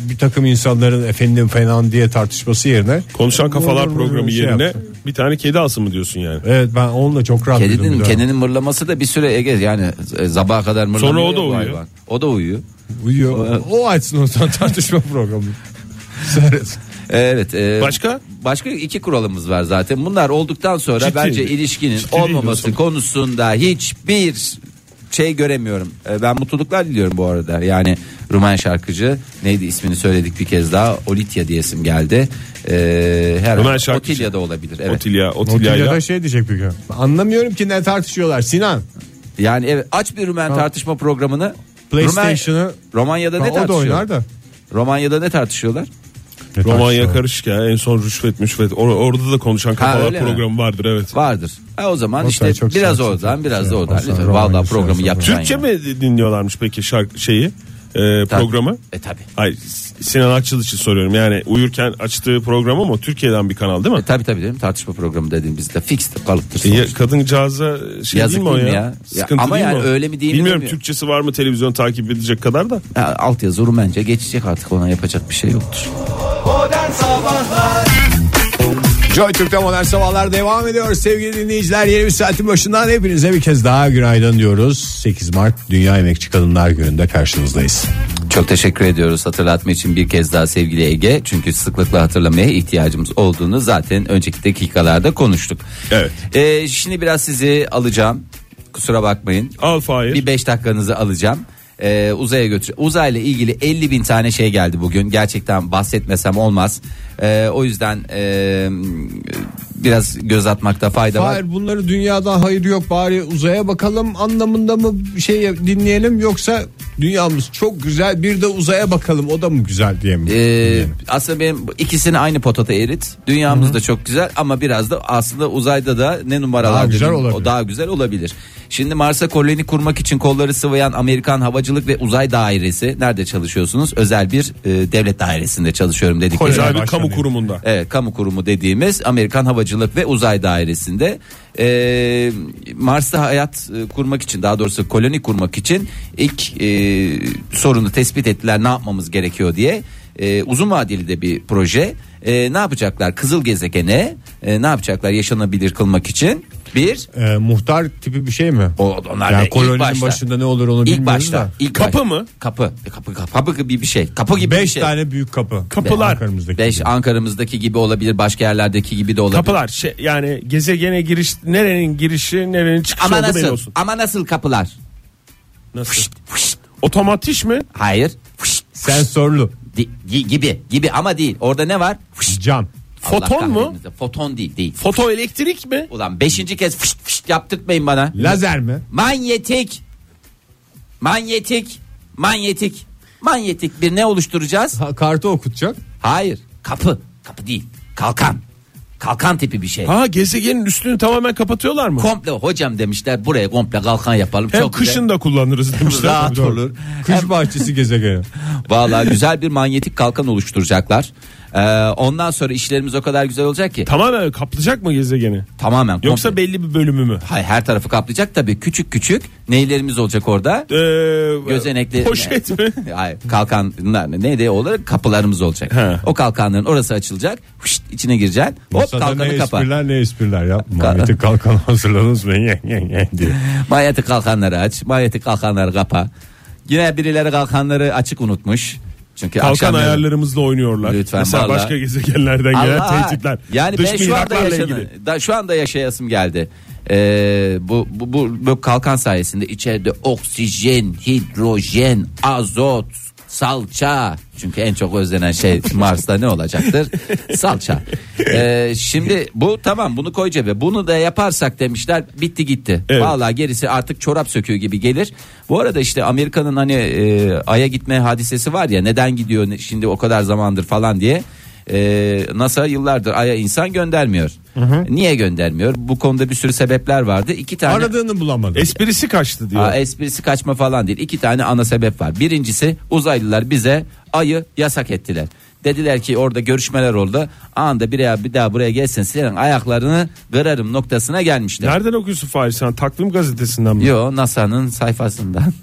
[SPEAKER 3] bir takım insanların efendim falan diye tartışması yerine.
[SPEAKER 4] Konuşan kafalar
[SPEAKER 3] Olur,
[SPEAKER 4] programı
[SPEAKER 3] şey
[SPEAKER 4] yerine
[SPEAKER 3] yapsın.
[SPEAKER 4] bir tane kedi alsın mı diyorsun yani?
[SPEAKER 3] Evet ben onunla çok rahat uyudum bir
[SPEAKER 2] Kedinin
[SPEAKER 3] dönem.
[SPEAKER 2] kendinin mırlaması da bir süre Ege yani e, sabaha kadar mırlamıyor.
[SPEAKER 4] Sonra o da
[SPEAKER 2] bu
[SPEAKER 4] uyuyor.
[SPEAKER 2] hayvan. O da uyuyor.
[SPEAKER 3] Uyuyor. O açsın o zaman tartışma programı. Seyret.
[SPEAKER 2] Evet. e,
[SPEAKER 4] Başka?
[SPEAKER 2] Başka iki kuralımız var zaten. Bunlar olduktan sonra
[SPEAKER 4] Ciddi.
[SPEAKER 2] bence ilişkinin
[SPEAKER 4] Ciddi değil
[SPEAKER 2] olmaması
[SPEAKER 4] diyorsun.
[SPEAKER 2] konusunda hiçbir şey göremiyorum. E, Ben mutluluklar diliyorum bu arada. Yani Rumen şarkıcı neydi ismini söyledik bir kez daha. Olitya diyesim geldi. E, her
[SPEAKER 4] Rumen
[SPEAKER 2] an-
[SPEAKER 4] şarkıcı.
[SPEAKER 2] Otilya da olabilir. Evet.
[SPEAKER 4] Otilya, Otilya'yla.
[SPEAKER 3] Otilya'da şey diyecek bir gün. Anlamıyorum ki ne tartışıyorlar Sinan.
[SPEAKER 2] Yani evet aç bir Rumen
[SPEAKER 3] Tamam.
[SPEAKER 2] tartışma programını.
[SPEAKER 3] PlayStation'ı-
[SPEAKER 2] Rumen- Romanya'da ne
[SPEAKER 3] Ha, o da
[SPEAKER 2] tartışıyorlar?
[SPEAKER 3] oynar da.
[SPEAKER 2] Romanya'da ne tartışıyorlar?
[SPEAKER 4] Romanya karışık ya en son rüşvet müşvet. Or- orada da konuşan kafalar
[SPEAKER 2] öyle mi?
[SPEAKER 4] programı vardır evet.
[SPEAKER 2] Vardır. E o zaman
[SPEAKER 3] Oktay
[SPEAKER 2] işte
[SPEAKER 3] çok
[SPEAKER 2] biraz
[SPEAKER 3] sert
[SPEAKER 2] oradan
[SPEAKER 3] sert
[SPEAKER 2] biraz
[SPEAKER 3] sert.
[SPEAKER 2] da oradan.
[SPEAKER 3] Aslan
[SPEAKER 2] Lütfen.
[SPEAKER 3] roman
[SPEAKER 2] Vallahi
[SPEAKER 3] lütfen
[SPEAKER 2] programı
[SPEAKER 3] sert.
[SPEAKER 2] yapacaksın.
[SPEAKER 4] Türkçe
[SPEAKER 2] yani.
[SPEAKER 4] mi dinliyorlarmış peki şarkı şeyi e,
[SPEAKER 2] Tabii.
[SPEAKER 4] programı?
[SPEAKER 2] E tabi.
[SPEAKER 4] Ay Sinan Akçıl için soruyorum yani uyurken açtığı program ama Türkiye'den bir kanal değil mi?
[SPEAKER 2] E tabi tabi dedim tartışma programı dediğim bizde fixtir kalıptır.
[SPEAKER 4] Ya,
[SPEAKER 2] sonuçta.
[SPEAKER 4] kadıncağıza şey
[SPEAKER 2] Yazık
[SPEAKER 4] değil mi o
[SPEAKER 2] değil
[SPEAKER 4] ya?
[SPEAKER 2] mi ya? Ya
[SPEAKER 4] Sıkıntı
[SPEAKER 2] ama
[SPEAKER 4] değil mi
[SPEAKER 2] yani
[SPEAKER 4] o?
[SPEAKER 2] öyle mi değil mi
[SPEAKER 4] Bilmiyorum
[SPEAKER 2] bilmiyorum.
[SPEAKER 4] Türkçesi var mı televizyon takip edecek kadar da.
[SPEAKER 2] Ya, altyazı Rumence geçecek artık ona yapacak bir şey yoktur.
[SPEAKER 6] Modern Sabahlar
[SPEAKER 3] Joy Türk'te modern sabahlar devam ediyor. Sevgili dinleyiciler yeni bir saatin başından hepinize bir kez daha günaydın diyoruz. 8 Mart Dünya Emekçi Kadınlar Günü'nde karşınızdayız.
[SPEAKER 2] Çok teşekkür ediyoruz hatırlatma için bir kez daha sevgili Ege. Çünkü sıklıkla hatırlamaya ihtiyacımız olduğunu zaten önceki dakikalarda konuştuk.
[SPEAKER 4] Evet.
[SPEAKER 2] E, şimdi biraz sizi alacağım. Kusura bakmayın.
[SPEAKER 4] Al Fahir.
[SPEAKER 2] Bir 5 dakikanızı alacağım. e, uzaya götür. Uzayla ilgili 50 bin tane şey geldi bugün. Gerçekten bahsetmesem olmaz. E, o yüzden e, biraz göz atmakta fayda var.
[SPEAKER 7] Hayır bunları dünyada hayır yok bari uzaya bakalım anlamında mı şey dinleyelim yoksa dünyamız çok güzel bir de uzaya bakalım o da mı güzel diye mi?
[SPEAKER 2] Ee, aslında benim bu ikisini aynı potata erit. Dünyamız da çok güzel ama biraz da aslında uzayda da ne numaralar
[SPEAKER 7] Daha güzel
[SPEAKER 2] dedim,
[SPEAKER 7] olabilir.
[SPEAKER 2] o daha güzel olabilir. Şimdi Mars'a koloni kurmak için kolları sıvayan Amerikan Havacılık ve Uzay Dairesi nerede çalışıyorsunuz? Özel bir e, devlet dairesinde çalışıyorum dedik.
[SPEAKER 4] Özel bir
[SPEAKER 7] başkanı.
[SPEAKER 4] kamu kurumunda.
[SPEAKER 2] Evet, E, kamu kurumu dediğimiz Amerikan Havacılık ve Uzay Dairesi'nde e, Mars'ta hayat e, kurmak için daha doğrusu koloni kurmak için ilk e, sorunu tespit ettiler ne yapmamız gerekiyor diye E, uzun vadeli de bir proje E, ne yapacaklar kızıl gezegene e, ne yapacaklar yaşanabilir kılmak için bir
[SPEAKER 7] Ee, muhtar tipi bir şey mi?
[SPEAKER 2] o, onlar da
[SPEAKER 7] yani
[SPEAKER 2] ilk
[SPEAKER 7] koloninin
[SPEAKER 2] başta-
[SPEAKER 7] başında ne olur onu
[SPEAKER 2] ilk
[SPEAKER 7] bilmiyoruz
[SPEAKER 2] başta
[SPEAKER 7] da.
[SPEAKER 2] ilk
[SPEAKER 4] Kapı
[SPEAKER 2] baş-
[SPEAKER 4] mı?
[SPEAKER 2] kapı E, kapı kapı, kapı gibi bir şey kapı gibi bir
[SPEAKER 7] Beş
[SPEAKER 2] şey
[SPEAKER 7] tane büyük kapı.
[SPEAKER 4] Kapılar.
[SPEAKER 7] Arkamızdaki.
[SPEAKER 2] 5 Ankara'mızdaki gibi olabilir başka yerlerdeki gibi de olabilir.
[SPEAKER 4] Kapılar şey, yani gezegene giriş nerenin girişi nerenin çıkışı
[SPEAKER 2] Ama
[SPEAKER 4] olduğu belli
[SPEAKER 2] nasıl?
[SPEAKER 4] olsun.
[SPEAKER 2] Ama nasıl kapılar?
[SPEAKER 4] Nasıl? Otomatiş mi?
[SPEAKER 2] Hayır. Fışt,
[SPEAKER 7] Sensörlü.
[SPEAKER 2] di- gi- gibi gibi ama değil. Orada ne var? Fışt.
[SPEAKER 7] Cam.
[SPEAKER 2] Allah
[SPEAKER 4] Foton mu?
[SPEAKER 2] kahretmesin. Foton değil değil.
[SPEAKER 4] Fotoelektrik mi?
[SPEAKER 2] Ulan beşinci kez fışt fışt yaptırtmayın bana.
[SPEAKER 7] Lazer mi?
[SPEAKER 2] Manyetik. Manyetik. Manyetik. Manyetik bir ne oluşturacağız?
[SPEAKER 7] Ha, kartı okutacak.
[SPEAKER 2] Hayır. Kapı. Kapı değil. Kalkan. Kalkan tipi bir şey.
[SPEAKER 4] Ha gezegenin üstünü tamamen kapatıyorlar mı?
[SPEAKER 2] Komple hocam demişler buraya komple kalkan yapalım.
[SPEAKER 4] Hem
[SPEAKER 2] Çok güzel.
[SPEAKER 4] kışın da kullanırız demişler.
[SPEAKER 2] rahat olur.
[SPEAKER 7] Kış bahçesi gezegeni.
[SPEAKER 2] Vallahi güzel bir manyetik kalkan oluşturacaklar. Ee, ondan sonra işlerimiz o kadar güzel olacak ki
[SPEAKER 4] Tamamen kaplayacak mı gezegeni?
[SPEAKER 2] tamamen komple-
[SPEAKER 4] Yoksa belli bir bölümü mü?
[SPEAKER 2] Hayır, her tarafı kaplayacak tabii küçük küçük neylerimiz olacak orada?
[SPEAKER 4] Ee,
[SPEAKER 2] Gözenekli
[SPEAKER 4] Poşet mi?
[SPEAKER 2] Hayır, kalkanlar neydi olarak kapılarımız olacak.
[SPEAKER 4] He.
[SPEAKER 2] O kalkanların orası açılacak. Huşt, içine gireceksin. Hop
[SPEAKER 7] Masada ne
[SPEAKER 2] kalkanı kapa.
[SPEAKER 7] espriler ne espriler ya. Muhammed'e kalkan hazırladınız mı? Ye, ye, ye diye.
[SPEAKER 2] Manyetik kalkanları aç. Manyetik kalkanları kapa. Yine birileri kalkanları açık unutmuş. Çünkü
[SPEAKER 4] Kalkan
[SPEAKER 2] akşam
[SPEAKER 4] ayarlarımızla oynuyorlar.
[SPEAKER 2] Lütfen,
[SPEAKER 4] Mesela
[SPEAKER 2] vallahi.
[SPEAKER 4] başka gezegenlerden gelen
[SPEAKER 2] Allah!
[SPEAKER 4] tehditler.
[SPEAKER 2] Yani
[SPEAKER 4] Dış
[SPEAKER 2] ben şu anda
[SPEAKER 4] mihraklarla
[SPEAKER 2] yaşana-
[SPEAKER 4] ilgili.
[SPEAKER 2] da, şu anda yaşayasım geldi. Ee, bu, bu, bu, bu kalkan sayesinde içeride oksijen, hidrojen, azot, salça. Çünkü en çok özlenen şey Mars'ta ne olacaktır? Salça. Ee, şimdi bu tamam bunu koy cebe. Bunu da yaparsak demişler bitti gitti.
[SPEAKER 4] Evet.
[SPEAKER 2] Vallahi gerisi artık çorap söküğü gibi gelir. Bu arada işte Amerika'nın hani e, Ay'a gitme hadisesi var ya neden gidiyor ne- şimdi o kadar zamandır falan diye. Ee, NASA yıllardır Ay'a insan göndermiyor. Niye göndermiyor? Bu konuda bir sürü sebepler vardı. İki tane
[SPEAKER 7] Aradığını bulamadı.
[SPEAKER 4] Esprisi kaçtı diyor.
[SPEAKER 2] Aa, esprisi kaçma falan değil. İki tane ana sebep var. Birincisi uzaylılar bize ayı yasak ettiler. Dediler ki orada görüşmeler oldu. Anında bir, ya- bir daha buraya gelsin senin ayaklarını kırarım noktasına gelmişler.
[SPEAKER 4] Nereden okuyorsun Fahir sen? Takvim gazetesinden mi?
[SPEAKER 2] Yo NASA'nın sayfasından.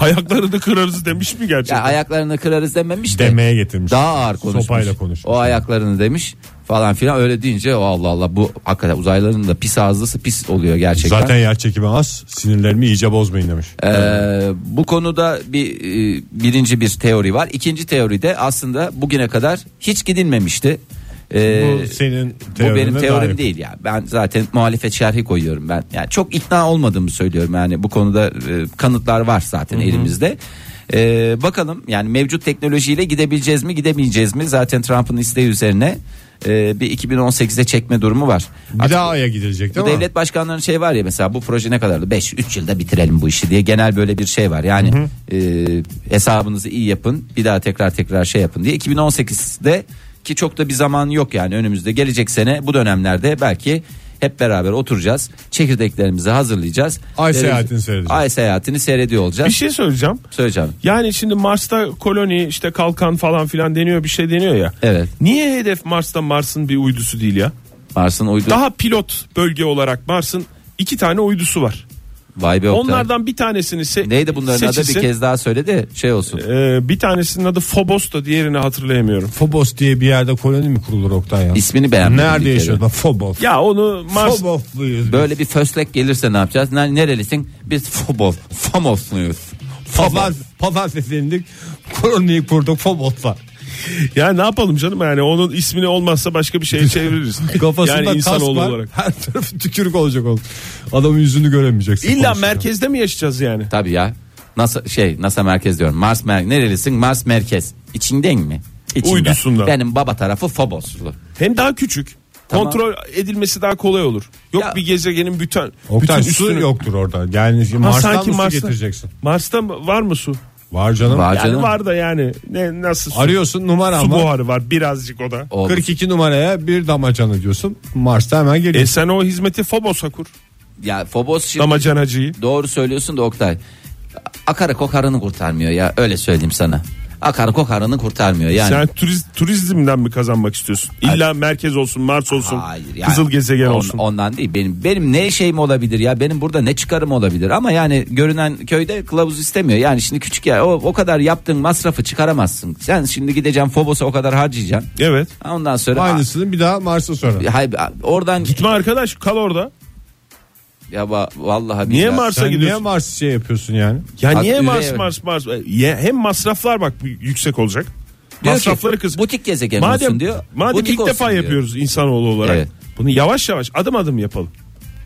[SPEAKER 4] Ayaklarını kırarız demiş mi gerçekten?
[SPEAKER 2] Ya ayaklarını kırarız dememiş de.
[SPEAKER 7] Demeye getirmiş.
[SPEAKER 2] Daha ağır konuşmuş.
[SPEAKER 7] Sopayla konuşmuş.
[SPEAKER 2] O ayaklarını demiş falan filan öyle deyince o Allah Allah bu hakikaten uzaylıların da pis ağızlısı pis oluyor gerçekten.
[SPEAKER 7] Zaten yer çekimi az. Sinirlerimi iyice bozmayın demiş.
[SPEAKER 2] Ee, bu konuda bir e, birinci bir teori var. İkinci teori de aslında bugüne kadar hiç gidilmemişti. Ee,
[SPEAKER 7] bu senin
[SPEAKER 2] bu benim
[SPEAKER 7] teorine
[SPEAKER 2] teorim
[SPEAKER 7] dair.
[SPEAKER 2] değil ya. Ben zaten muhalefet şerhi koyuyorum ben. Yani çok ikna olmadığımı söylüyorum. Yani bu konuda e, kanıtlar var zaten elimizde. Ee, bakalım yani mevcut teknolojiyle gidebileceğiz mi gidemeyeceğiz mi? Zaten Trump'ın isteği üzerine e, bir 2018'de çekme durumu var.
[SPEAKER 7] Bir daha Ay'a gidilecek
[SPEAKER 2] Bu
[SPEAKER 7] değil mi?
[SPEAKER 2] devlet başkanlarının şey var ya mesela bu proje ne kadardı? 5 3 yılda bitirelim bu işi diye genel böyle bir şey var. Yani e, hesabınızı iyi yapın. Bir daha tekrar tekrar şey yapın diye 2018'de ki çok da bir zaman yok yani önümüzde gelecek sene bu dönemlerde belki hep beraber oturacağız. Çekirdeklerimizi hazırlayacağız.
[SPEAKER 7] Ay
[SPEAKER 2] Televiz-
[SPEAKER 7] seyahatini seyredeceğiz.
[SPEAKER 2] Ay seyahatini seyrediyor olacağız.
[SPEAKER 4] Bir şey söyleyeceğim.
[SPEAKER 2] Söyleyeceğim.
[SPEAKER 4] Yani şimdi Mars'ta koloni işte kalkan falan filan deniyor bir şey deniyor ya.
[SPEAKER 2] Evet.
[SPEAKER 4] Niye hedef Mars'ta Mars'ın bir uydusu değil ya?
[SPEAKER 2] Mars'ın uydu.
[SPEAKER 4] Daha pilot bölge olarak Mars'ın iki tane uydusu var.
[SPEAKER 2] Vay be Oktay.
[SPEAKER 4] Onlardan bir tanesini se-
[SPEAKER 2] Neydi bunların adı
[SPEAKER 4] seçilsin.
[SPEAKER 2] bir kez daha söyle de şey olsun.
[SPEAKER 4] Ee, bir tanesinin adı Phobos da diğerini hatırlayamıyorum.
[SPEAKER 7] Phobos diye bir yerde koloni mi kurulur Oktay ya?
[SPEAKER 2] İsmini beğenmedim. bir
[SPEAKER 7] Nerede
[SPEAKER 2] kere.
[SPEAKER 7] yaşıyorlar? Phobos.
[SPEAKER 4] Ya onu Mars
[SPEAKER 7] Phobos'luyuz.
[SPEAKER 2] Böyle bir föslek gelirse ne yapacağız? Ne- Nerelisin? Biz Fobov. Famosluyuz.
[SPEAKER 7] Pazar, pazar seslendik. Koloniyi kurduk Phobos'la.
[SPEAKER 4] ya ne yapalım canım yani onun ismini olmazsa başka bir şeye çeviririz.
[SPEAKER 7] Kafasında
[SPEAKER 4] yani
[SPEAKER 7] kas
[SPEAKER 4] insanoğlu
[SPEAKER 7] var.
[SPEAKER 4] olarak.
[SPEAKER 7] Her tarafı tükürük olacak oğlum. Adamın yüzünü göremeyeceksin.
[SPEAKER 4] İlla
[SPEAKER 7] konuşurken.
[SPEAKER 4] merkezde mi yaşayacağız yani?
[SPEAKER 2] Tabii ya. NASA şey NASA merkez diyorum. Mars mer nerelisin? Mars merkez. İçinden mi? İçinde.
[SPEAKER 4] Uydusundan.
[SPEAKER 2] Benim baba tarafı Phobos'lu.
[SPEAKER 4] Hem daha küçük.
[SPEAKER 2] Tamam.
[SPEAKER 4] Kontrol edilmesi daha kolay olur. Yok
[SPEAKER 2] Ya-
[SPEAKER 4] bir gezegenin bütün
[SPEAKER 3] Oktay
[SPEAKER 4] bütün
[SPEAKER 3] su
[SPEAKER 4] üstünü-
[SPEAKER 3] yoktur orada. Yani
[SPEAKER 4] Ha,
[SPEAKER 3] Mars'tan
[SPEAKER 4] sanki
[SPEAKER 3] mı su
[SPEAKER 4] Mars'ta-
[SPEAKER 3] getireceksin?
[SPEAKER 4] Mars'ta mı- var mı su?
[SPEAKER 3] Var canım.
[SPEAKER 2] Var
[SPEAKER 4] Yani
[SPEAKER 2] canım.
[SPEAKER 4] var da yani ne nasıl su?
[SPEAKER 3] Arıyorsun numara
[SPEAKER 4] Su
[SPEAKER 3] ama.
[SPEAKER 4] buharı var birazcık o da.
[SPEAKER 2] Oldu.
[SPEAKER 3] 42 numaraya bir damacana diyorsun. Mars'ta hemen geliyor.
[SPEAKER 4] E sen o hizmeti Phobos'a kur.
[SPEAKER 2] Ya Phobos şimdi
[SPEAKER 4] Damacanacıyı.
[SPEAKER 2] doğru söylüyorsun da Oktay. Akarı kokarını kurtarmıyor ya öyle söyleyeyim sana. Akarı kokarını kurtarmıyor yani.
[SPEAKER 4] Sen turiz- turizmden mi kazanmak istiyorsun? İlla merkez olsun, Mars olsun,
[SPEAKER 2] yani
[SPEAKER 4] kızıl gezegen
[SPEAKER 2] on-
[SPEAKER 4] olsun.
[SPEAKER 2] Ondan değil. Benim benim ne şeyim olabilir ya? Benim burada ne çıkarım olabilir? Ama yani görünen köyde kılavuz istemiyor. Yani şimdi küçük ya o, o kadar yaptığın masrafı çıkaramazsın. Sen şimdi gideceğim Phobos'a o kadar harcayacaksın.
[SPEAKER 4] Evet.
[SPEAKER 2] Ondan sonra
[SPEAKER 3] Aynısını bir daha Mars'a sonra.
[SPEAKER 2] Aa, Hayır, oradan
[SPEAKER 4] Gitme arkadaş kal orada.
[SPEAKER 2] ya va- vallahi
[SPEAKER 4] Niye
[SPEAKER 2] billahi.
[SPEAKER 4] Mars'a
[SPEAKER 3] Sen niye
[SPEAKER 4] gidiyorsun?
[SPEAKER 3] Mars şey yapıyorsun yani?
[SPEAKER 4] Ya
[SPEAKER 2] Bak,
[SPEAKER 4] niye
[SPEAKER 2] üvey
[SPEAKER 4] Mars
[SPEAKER 2] evren.
[SPEAKER 4] Mars Mars? Ya hem masraflar bak yüksek olacak.
[SPEAKER 2] Diyor ki,
[SPEAKER 4] Masrafları kız.
[SPEAKER 2] Butik gezegen olsun diyor.
[SPEAKER 4] Madem
[SPEAKER 2] butik
[SPEAKER 4] ilk
[SPEAKER 2] olsun
[SPEAKER 4] defa
[SPEAKER 2] diyor.
[SPEAKER 4] yapıyoruz insanoğlu olarak.
[SPEAKER 2] Evet.
[SPEAKER 4] Bunu yavaş yavaş adım adım yapalım.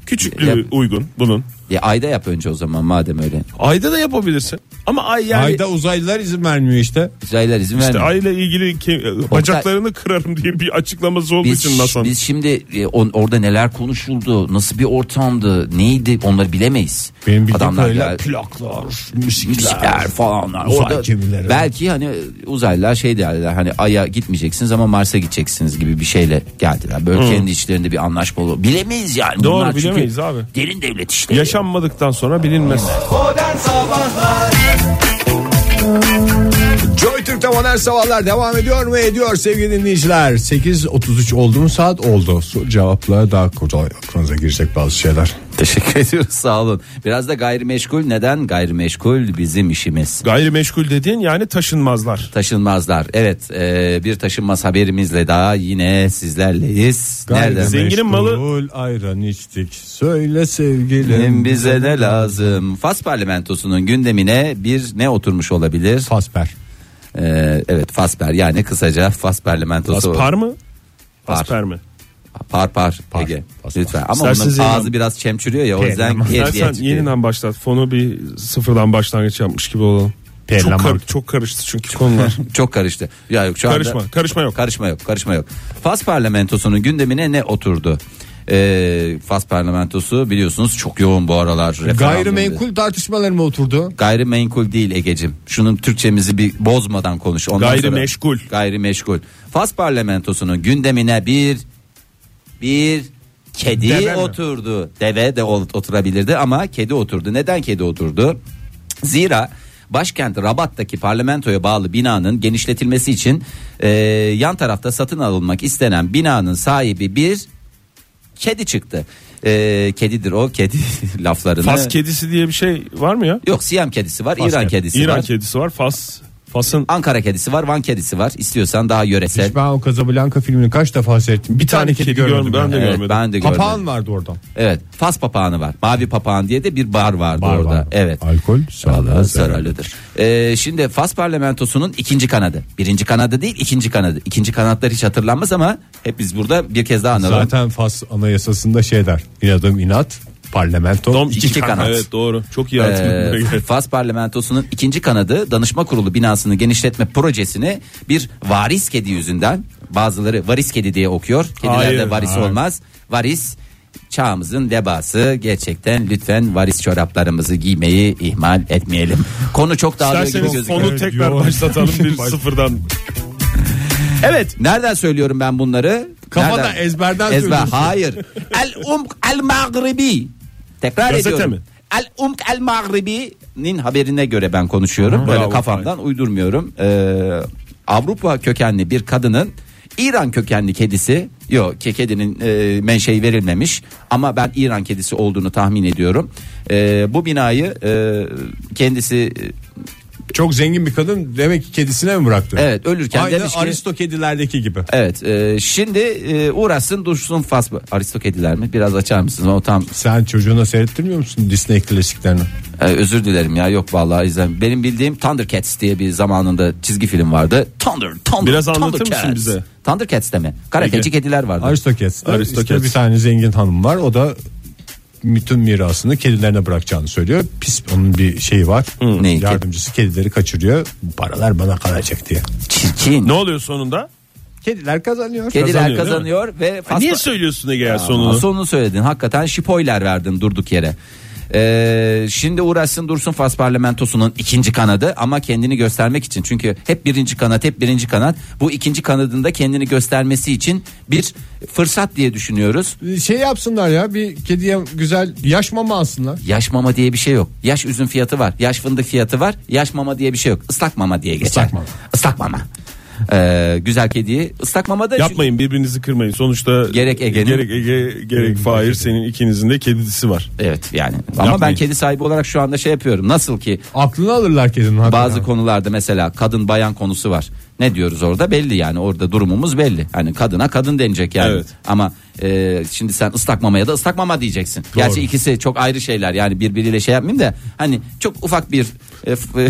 [SPEAKER 4] Küçüklüğü
[SPEAKER 2] Yap.
[SPEAKER 4] uygun bunun.
[SPEAKER 2] Ya ayda yap önce o zaman madem öyle.
[SPEAKER 4] Ayda da yapabilirsin. Ama ay yani
[SPEAKER 3] Ayda uzaylılar izin vermiyor işte.
[SPEAKER 2] Uzaylılar izin
[SPEAKER 4] işte
[SPEAKER 2] vermiyor.
[SPEAKER 4] ayla ilgili ke- bacaklarını kırarım diye bir açıklaması olduğu için
[SPEAKER 2] Biz,
[SPEAKER 4] NASA'nın.
[SPEAKER 2] biz şimdi e, on- orada neler konuşuldu, nasıl bir ortamdı, neydi onları bilemeyiz.
[SPEAKER 3] Benim bildiğim kadarıyla
[SPEAKER 2] geldi,
[SPEAKER 3] plaklar,
[SPEAKER 2] müzikler falanlar.
[SPEAKER 3] uzay
[SPEAKER 2] Orada
[SPEAKER 3] gemileri.
[SPEAKER 2] belki hani uzaylılar şey derler hani Ay'a gitmeyeceksiniz ama Mars'a gideceksiniz gibi bir şeyle geldiler. Böyle kendi içlerinde bir anlaşma olur. Bilemeyiz yani.
[SPEAKER 4] Doğru,
[SPEAKER 2] Bunlar çünkü
[SPEAKER 4] bilemeyiz abi.
[SPEAKER 2] Derin devlet işleri.
[SPEAKER 4] Yaşanmadıktan sonra bilinmez.
[SPEAKER 5] Modern Sabahlar
[SPEAKER 7] Joy Türk'te modern sabahlar devam ediyor mu? Ediyor sevgili dinleyiciler. 8.33 oldu mu saat oldu. Soru cevapla daha kolay aklınıza girecek bazı şeyler.
[SPEAKER 2] Teşekkür ediyoruz sağ olun. Biraz da gayrimeşgul. Neden? Gayrimeşgul bizim işimiz.
[SPEAKER 4] Gayrimeşgul dediğin yani taşınmazlar.
[SPEAKER 2] Taşınmazlar. Evet e, bir taşınmaz haberimizle daha yine sizlerlerleyiz. Nereden?
[SPEAKER 4] Zenginin malı-
[SPEAKER 3] Meşgul ayran içtik. Söyle sevgilim.
[SPEAKER 2] Benim bize ne lazım? Fas parlamentosunun gündemine bir ne oturmuş olabilir?
[SPEAKER 3] Fasper.
[SPEAKER 2] Ee, evet Fasper yani kısaca Fas parlamentosu.
[SPEAKER 4] Aspar mı?
[SPEAKER 2] Par.
[SPEAKER 4] Asper mi?
[SPEAKER 2] Par par. Ege.
[SPEAKER 3] Paspar.
[SPEAKER 2] Lütfen. Ama
[SPEAKER 4] İsterseniz
[SPEAKER 2] onun
[SPEAKER 4] yeniden-
[SPEAKER 2] ağzı biraz çemçürüyor ya o yüzden gel diye
[SPEAKER 4] İstersen
[SPEAKER 2] çıkıyor.
[SPEAKER 4] yeniden başlat. Fonu bir sıfırdan başlangıç yapmış gibi olalım.
[SPEAKER 3] Perlama.
[SPEAKER 4] Çok, kar- çok karıştı çünkü konular.
[SPEAKER 2] Çok karıştı. Ya yok şu anda-
[SPEAKER 4] karışma, karışma yok.
[SPEAKER 2] Karışma yok, karışma yok. Fas parlamentosunun gündemine ne oturdu? Ee, Fas parlamentosu biliyorsunuz çok yoğun bu aralar. referandumda.
[SPEAKER 3] Gayrimenkul tartışmaları mı oturdu?
[SPEAKER 2] Gayrimenkul değil Egecim. Şunun Türkçemizi bir bozmadan konuş. Ondan sonra-
[SPEAKER 4] Gayrimeşgul.
[SPEAKER 2] Gayrimeşgul. Fas parlamentosunun gündemine bir bir kedi
[SPEAKER 4] Deve mi?
[SPEAKER 2] oturdu. Deve de ol- oturabilirdi ama kedi oturdu. Neden kedi oturdu? Zira başkent Rabat'taki parlamentoya bağlı binanın genişletilmesi için e, yan tarafta satın alınmak istenen binanın sahibi bir kedi çıktı. E, kedidir o kedi laflarını.
[SPEAKER 4] Fas kedisi diye bir şey var mı ya?
[SPEAKER 2] Yok Siyam kedisi var, İran kedisi
[SPEAKER 4] İran
[SPEAKER 2] var.
[SPEAKER 4] kedisi var. Fas Fas'ın
[SPEAKER 2] Ankara kedisi var, Van kedisi var. İstiyorsan daha yöresel.
[SPEAKER 3] Hiç ben o Casablanca filmini kaç defa seyrettim. Bir, tane, kedi,
[SPEAKER 4] Ben
[SPEAKER 3] görmedim.
[SPEAKER 4] de
[SPEAKER 3] yani.
[SPEAKER 2] Evet,
[SPEAKER 4] görmedim.
[SPEAKER 2] ben de görmedim.
[SPEAKER 3] Papağan vardı oradan.
[SPEAKER 2] Evet. Fas papağanı var. Mavi papağan diye de bir bar vardı
[SPEAKER 3] Var,
[SPEAKER 2] orada.
[SPEAKER 3] var.
[SPEAKER 2] Evet.
[SPEAKER 3] Alkol sağlığa zararlı.
[SPEAKER 2] zararlıdır. Ee, şimdi Fas parlamentosunun ikinci kanadı. Birinci kanadı değil ikinci kanadı. İkinci kanatlar hiç hatırlanmaz ama hep biz burada bir kez daha analım.
[SPEAKER 3] Zaten Fas anayasasında şey der. İnadım inat. Parlamento.
[SPEAKER 4] Dom
[SPEAKER 2] iki kanat.
[SPEAKER 4] Evet doğru. Çok iyi
[SPEAKER 2] Ee,
[SPEAKER 4] hatırladım.
[SPEAKER 2] Fas parlamentosunun ikinci kanadı danışma kurulu binasını genişletme projesini bir varis kedi yüzünden bazıları varis kedi diye okuyor. Kedilerde
[SPEAKER 4] Hayır,
[SPEAKER 2] varis
[SPEAKER 4] hayır.
[SPEAKER 2] olmaz. Varis çağımızın debası gerçekten lütfen varis çoraplarımızı giymeyi ihmal etmeyelim. Konu çok dağılıyor gibi
[SPEAKER 4] İsterseniz
[SPEAKER 2] gözüküyor.
[SPEAKER 4] fonu tekrar
[SPEAKER 3] Yoğun.
[SPEAKER 4] başlatalım bir sıfırdan. Evet.
[SPEAKER 2] Nereden söylüyorum ben bunları?
[SPEAKER 3] Kafadan,
[SPEAKER 2] Nereden?
[SPEAKER 3] ezberden
[SPEAKER 2] Ezber,
[SPEAKER 3] söylüyorsun.
[SPEAKER 2] Hayır. el umk el magribi. Tekrar
[SPEAKER 4] Gazete
[SPEAKER 2] ediyorum.
[SPEAKER 4] mi?
[SPEAKER 2] El umk el magribi'nin haberine göre ben konuşuyorum. Böyle
[SPEAKER 4] bravo.
[SPEAKER 2] kafamdan uydurmuyorum. Ee, Avrupa kökenli bir kadının İran kökenli kedisi yok ki kedinin e, menşei verilmemiş ama ben İran kedisi olduğunu tahmin ediyorum. Ee, bu binayı e, kendisi e,
[SPEAKER 3] Çok zengin bir kadın demek ki kedisine mi bıraktı?
[SPEAKER 2] Evet, ölürken
[SPEAKER 3] Aynı
[SPEAKER 2] demiş ki-
[SPEAKER 3] Aristo kedilerdeki gibi.
[SPEAKER 2] Evet e, şimdi e, uğraşsın dursun fas aristokediler mi biraz açar mısınız o tam
[SPEAKER 3] Sen çocuğuna seyrettirmiyor musun Disney klasiklerini?
[SPEAKER 2] e, özür dilerim ya yok vallahi izlem benim bildiğim Thundercats diye bir zamanında çizgi film vardı Thunder Thunder
[SPEAKER 4] Biraz anlatır mısın
[SPEAKER 2] Thundercats.
[SPEAKER 4] bize?
[SPEAKER 2] Thundercats de mi? Karateci
[SPEAKER 4] Peki.
[SPEAKER 2] kediler vardı.
[SPEAKER 3] Aristokets.
[SPEAKER 4] Aristocats.
[SPEAKER 3] bir tane zengin hanım var. O da bütün mirasını kedilerine bırakacağını söylüyor. Pis onun bir şeyi var.
[SPEAKER 2] Neyi?
[SPEAKER 3] Yardımcısı kedileri kaçırıyor. Bu paralar bana kalacak diye.
[SPEAKER 2] Çirkin.
[SPEAKER 4] Ne oluyor sonunda?
[SPEAKER 3] Kediler kazanıyor.
[SPEAKER 2] Kediler
[SPEAKER 4] Kazanıyor,
[SPEAKER 2] kazanıyor, ve
[SPEAKER 4] Ha, Niye
[SPEAKER 2] Fas-
[SPEAKER 4] söylüyorsun Ege ya
[SPEAKER 2] Aa,
[SPEAKER 4] sonunu?
[SPEAKER 2] Sonunu söyledin. Hakikaten şipoyler verdin durduk yere. Ee, şimdi uğraşsın dursun Fas parlamentosunun ikinci kanadı ama kendini göstermek için çünkü hep birinci kanat hep birinci kanat bu ikinci kanadında kendini göstermesi için bir fırsat diye düşünüyoruz.
[SPEAKER 3] Şey yapsınlar ya bir kediye güzel yaş mama alsınlar.
[SPEAKER 2] Yaş mama diye bir şey yok. Yaş üzüm fiyatı var. Yaş fındık fiyatı var. Yaş mama diye bir şey yok. Islak mama diye geçer.
[SPEAKER 3] Islak mama.
[SPEAKER 2] Islak mama. Ee, güzel kediyi ıslak mama da
[SPEAKER 4] Yapmayın birbirinizi kırmayın. Sonuçta
[SPEAKER 2] Gerek Ege'nin-
[SPEAKER 4] gerek Ege gerek Fahir senin ikinizin de kedisi var.
[SPEAKER 2] Evet yani. Ama ben
[SPEAKER 4] Yapmayın.
[SPEAKER 2] kedi sahibi olarak şu anda şey yapıyorum. Nasıl ki
[SPEAKER 3] Aklını alırlar kedinin. hakikaten.
[SPEAKER 2] Bazı konularda mesela kadın bayan konusu var. Ne diyoruz orada belli yani orada durumumuz belli. Hani kadına kadın denecek yani.
[SPEAKER 4] Evet.
[SPEAKER 2] Ama e, şimdi sen ıslak mamaya da ıslak mama diyeceksin. Gerçi ikisi çok ayrı şeyler yani birbiriyle şey yapmayayım da hani çok ufak bir e, f-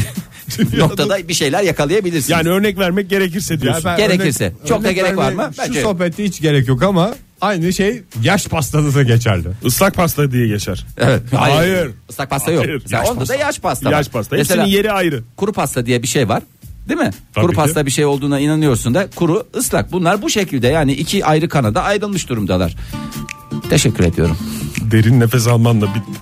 [SPEAKER 2] e, noktada bir şeyler yakalayabilirsiniz.
[SPEAKER 4] Yani örnek vermek gerekirse diyorsun.
[SPEAKER 3] ben
[SPEAKER 2] Gerekirse. Çok da gerek var
[SPEAKER 3] vermeye-
[SPEAKER 2] mı?
[SPEAKER 3] Şu
[SPEAKER 2] Bence-
[SPEAKER 3] sohbette hiç gerek yok ama aynı şey yaş pastada da geçerli.
[SPEAKER 4] Islak pasta diye geçer.
[SPEAKER 2] Evet.
[SPEAKER 4] Hayır.
[SPEAKER 2] Islak pasta yok.
[SPEAKER 4] Hayır,
[SPEAKER 2] Mesela
[SPEAKER 4] yaş
[SPEAKER 2] onda da
[SPEAKER 4] pasta.
[SPEAKER 2] yaş pasta. var.
[SPEAKER 4] Yaş pasta.
[SPEAKER 2] Mesela-
[SPEAKER 4] Hepsinin yeri ayrı.
[SPEAKER 2] kuru pasta diye bir şey var. Değil mi?
[SPEAKER 4] Tabii
[SPEAKER 2] kuru
[SPEAKER 4] ki.
[SPEAKER 2] pasta bir şey olduğuna inanıyorsun da kuru ıslak. Bunlar bu şekilde yani iki ayrı kanada ayrılmış durumdalar. Teşekkür ediyorum.
[SPEAKER 4] Derin nefes almanla bir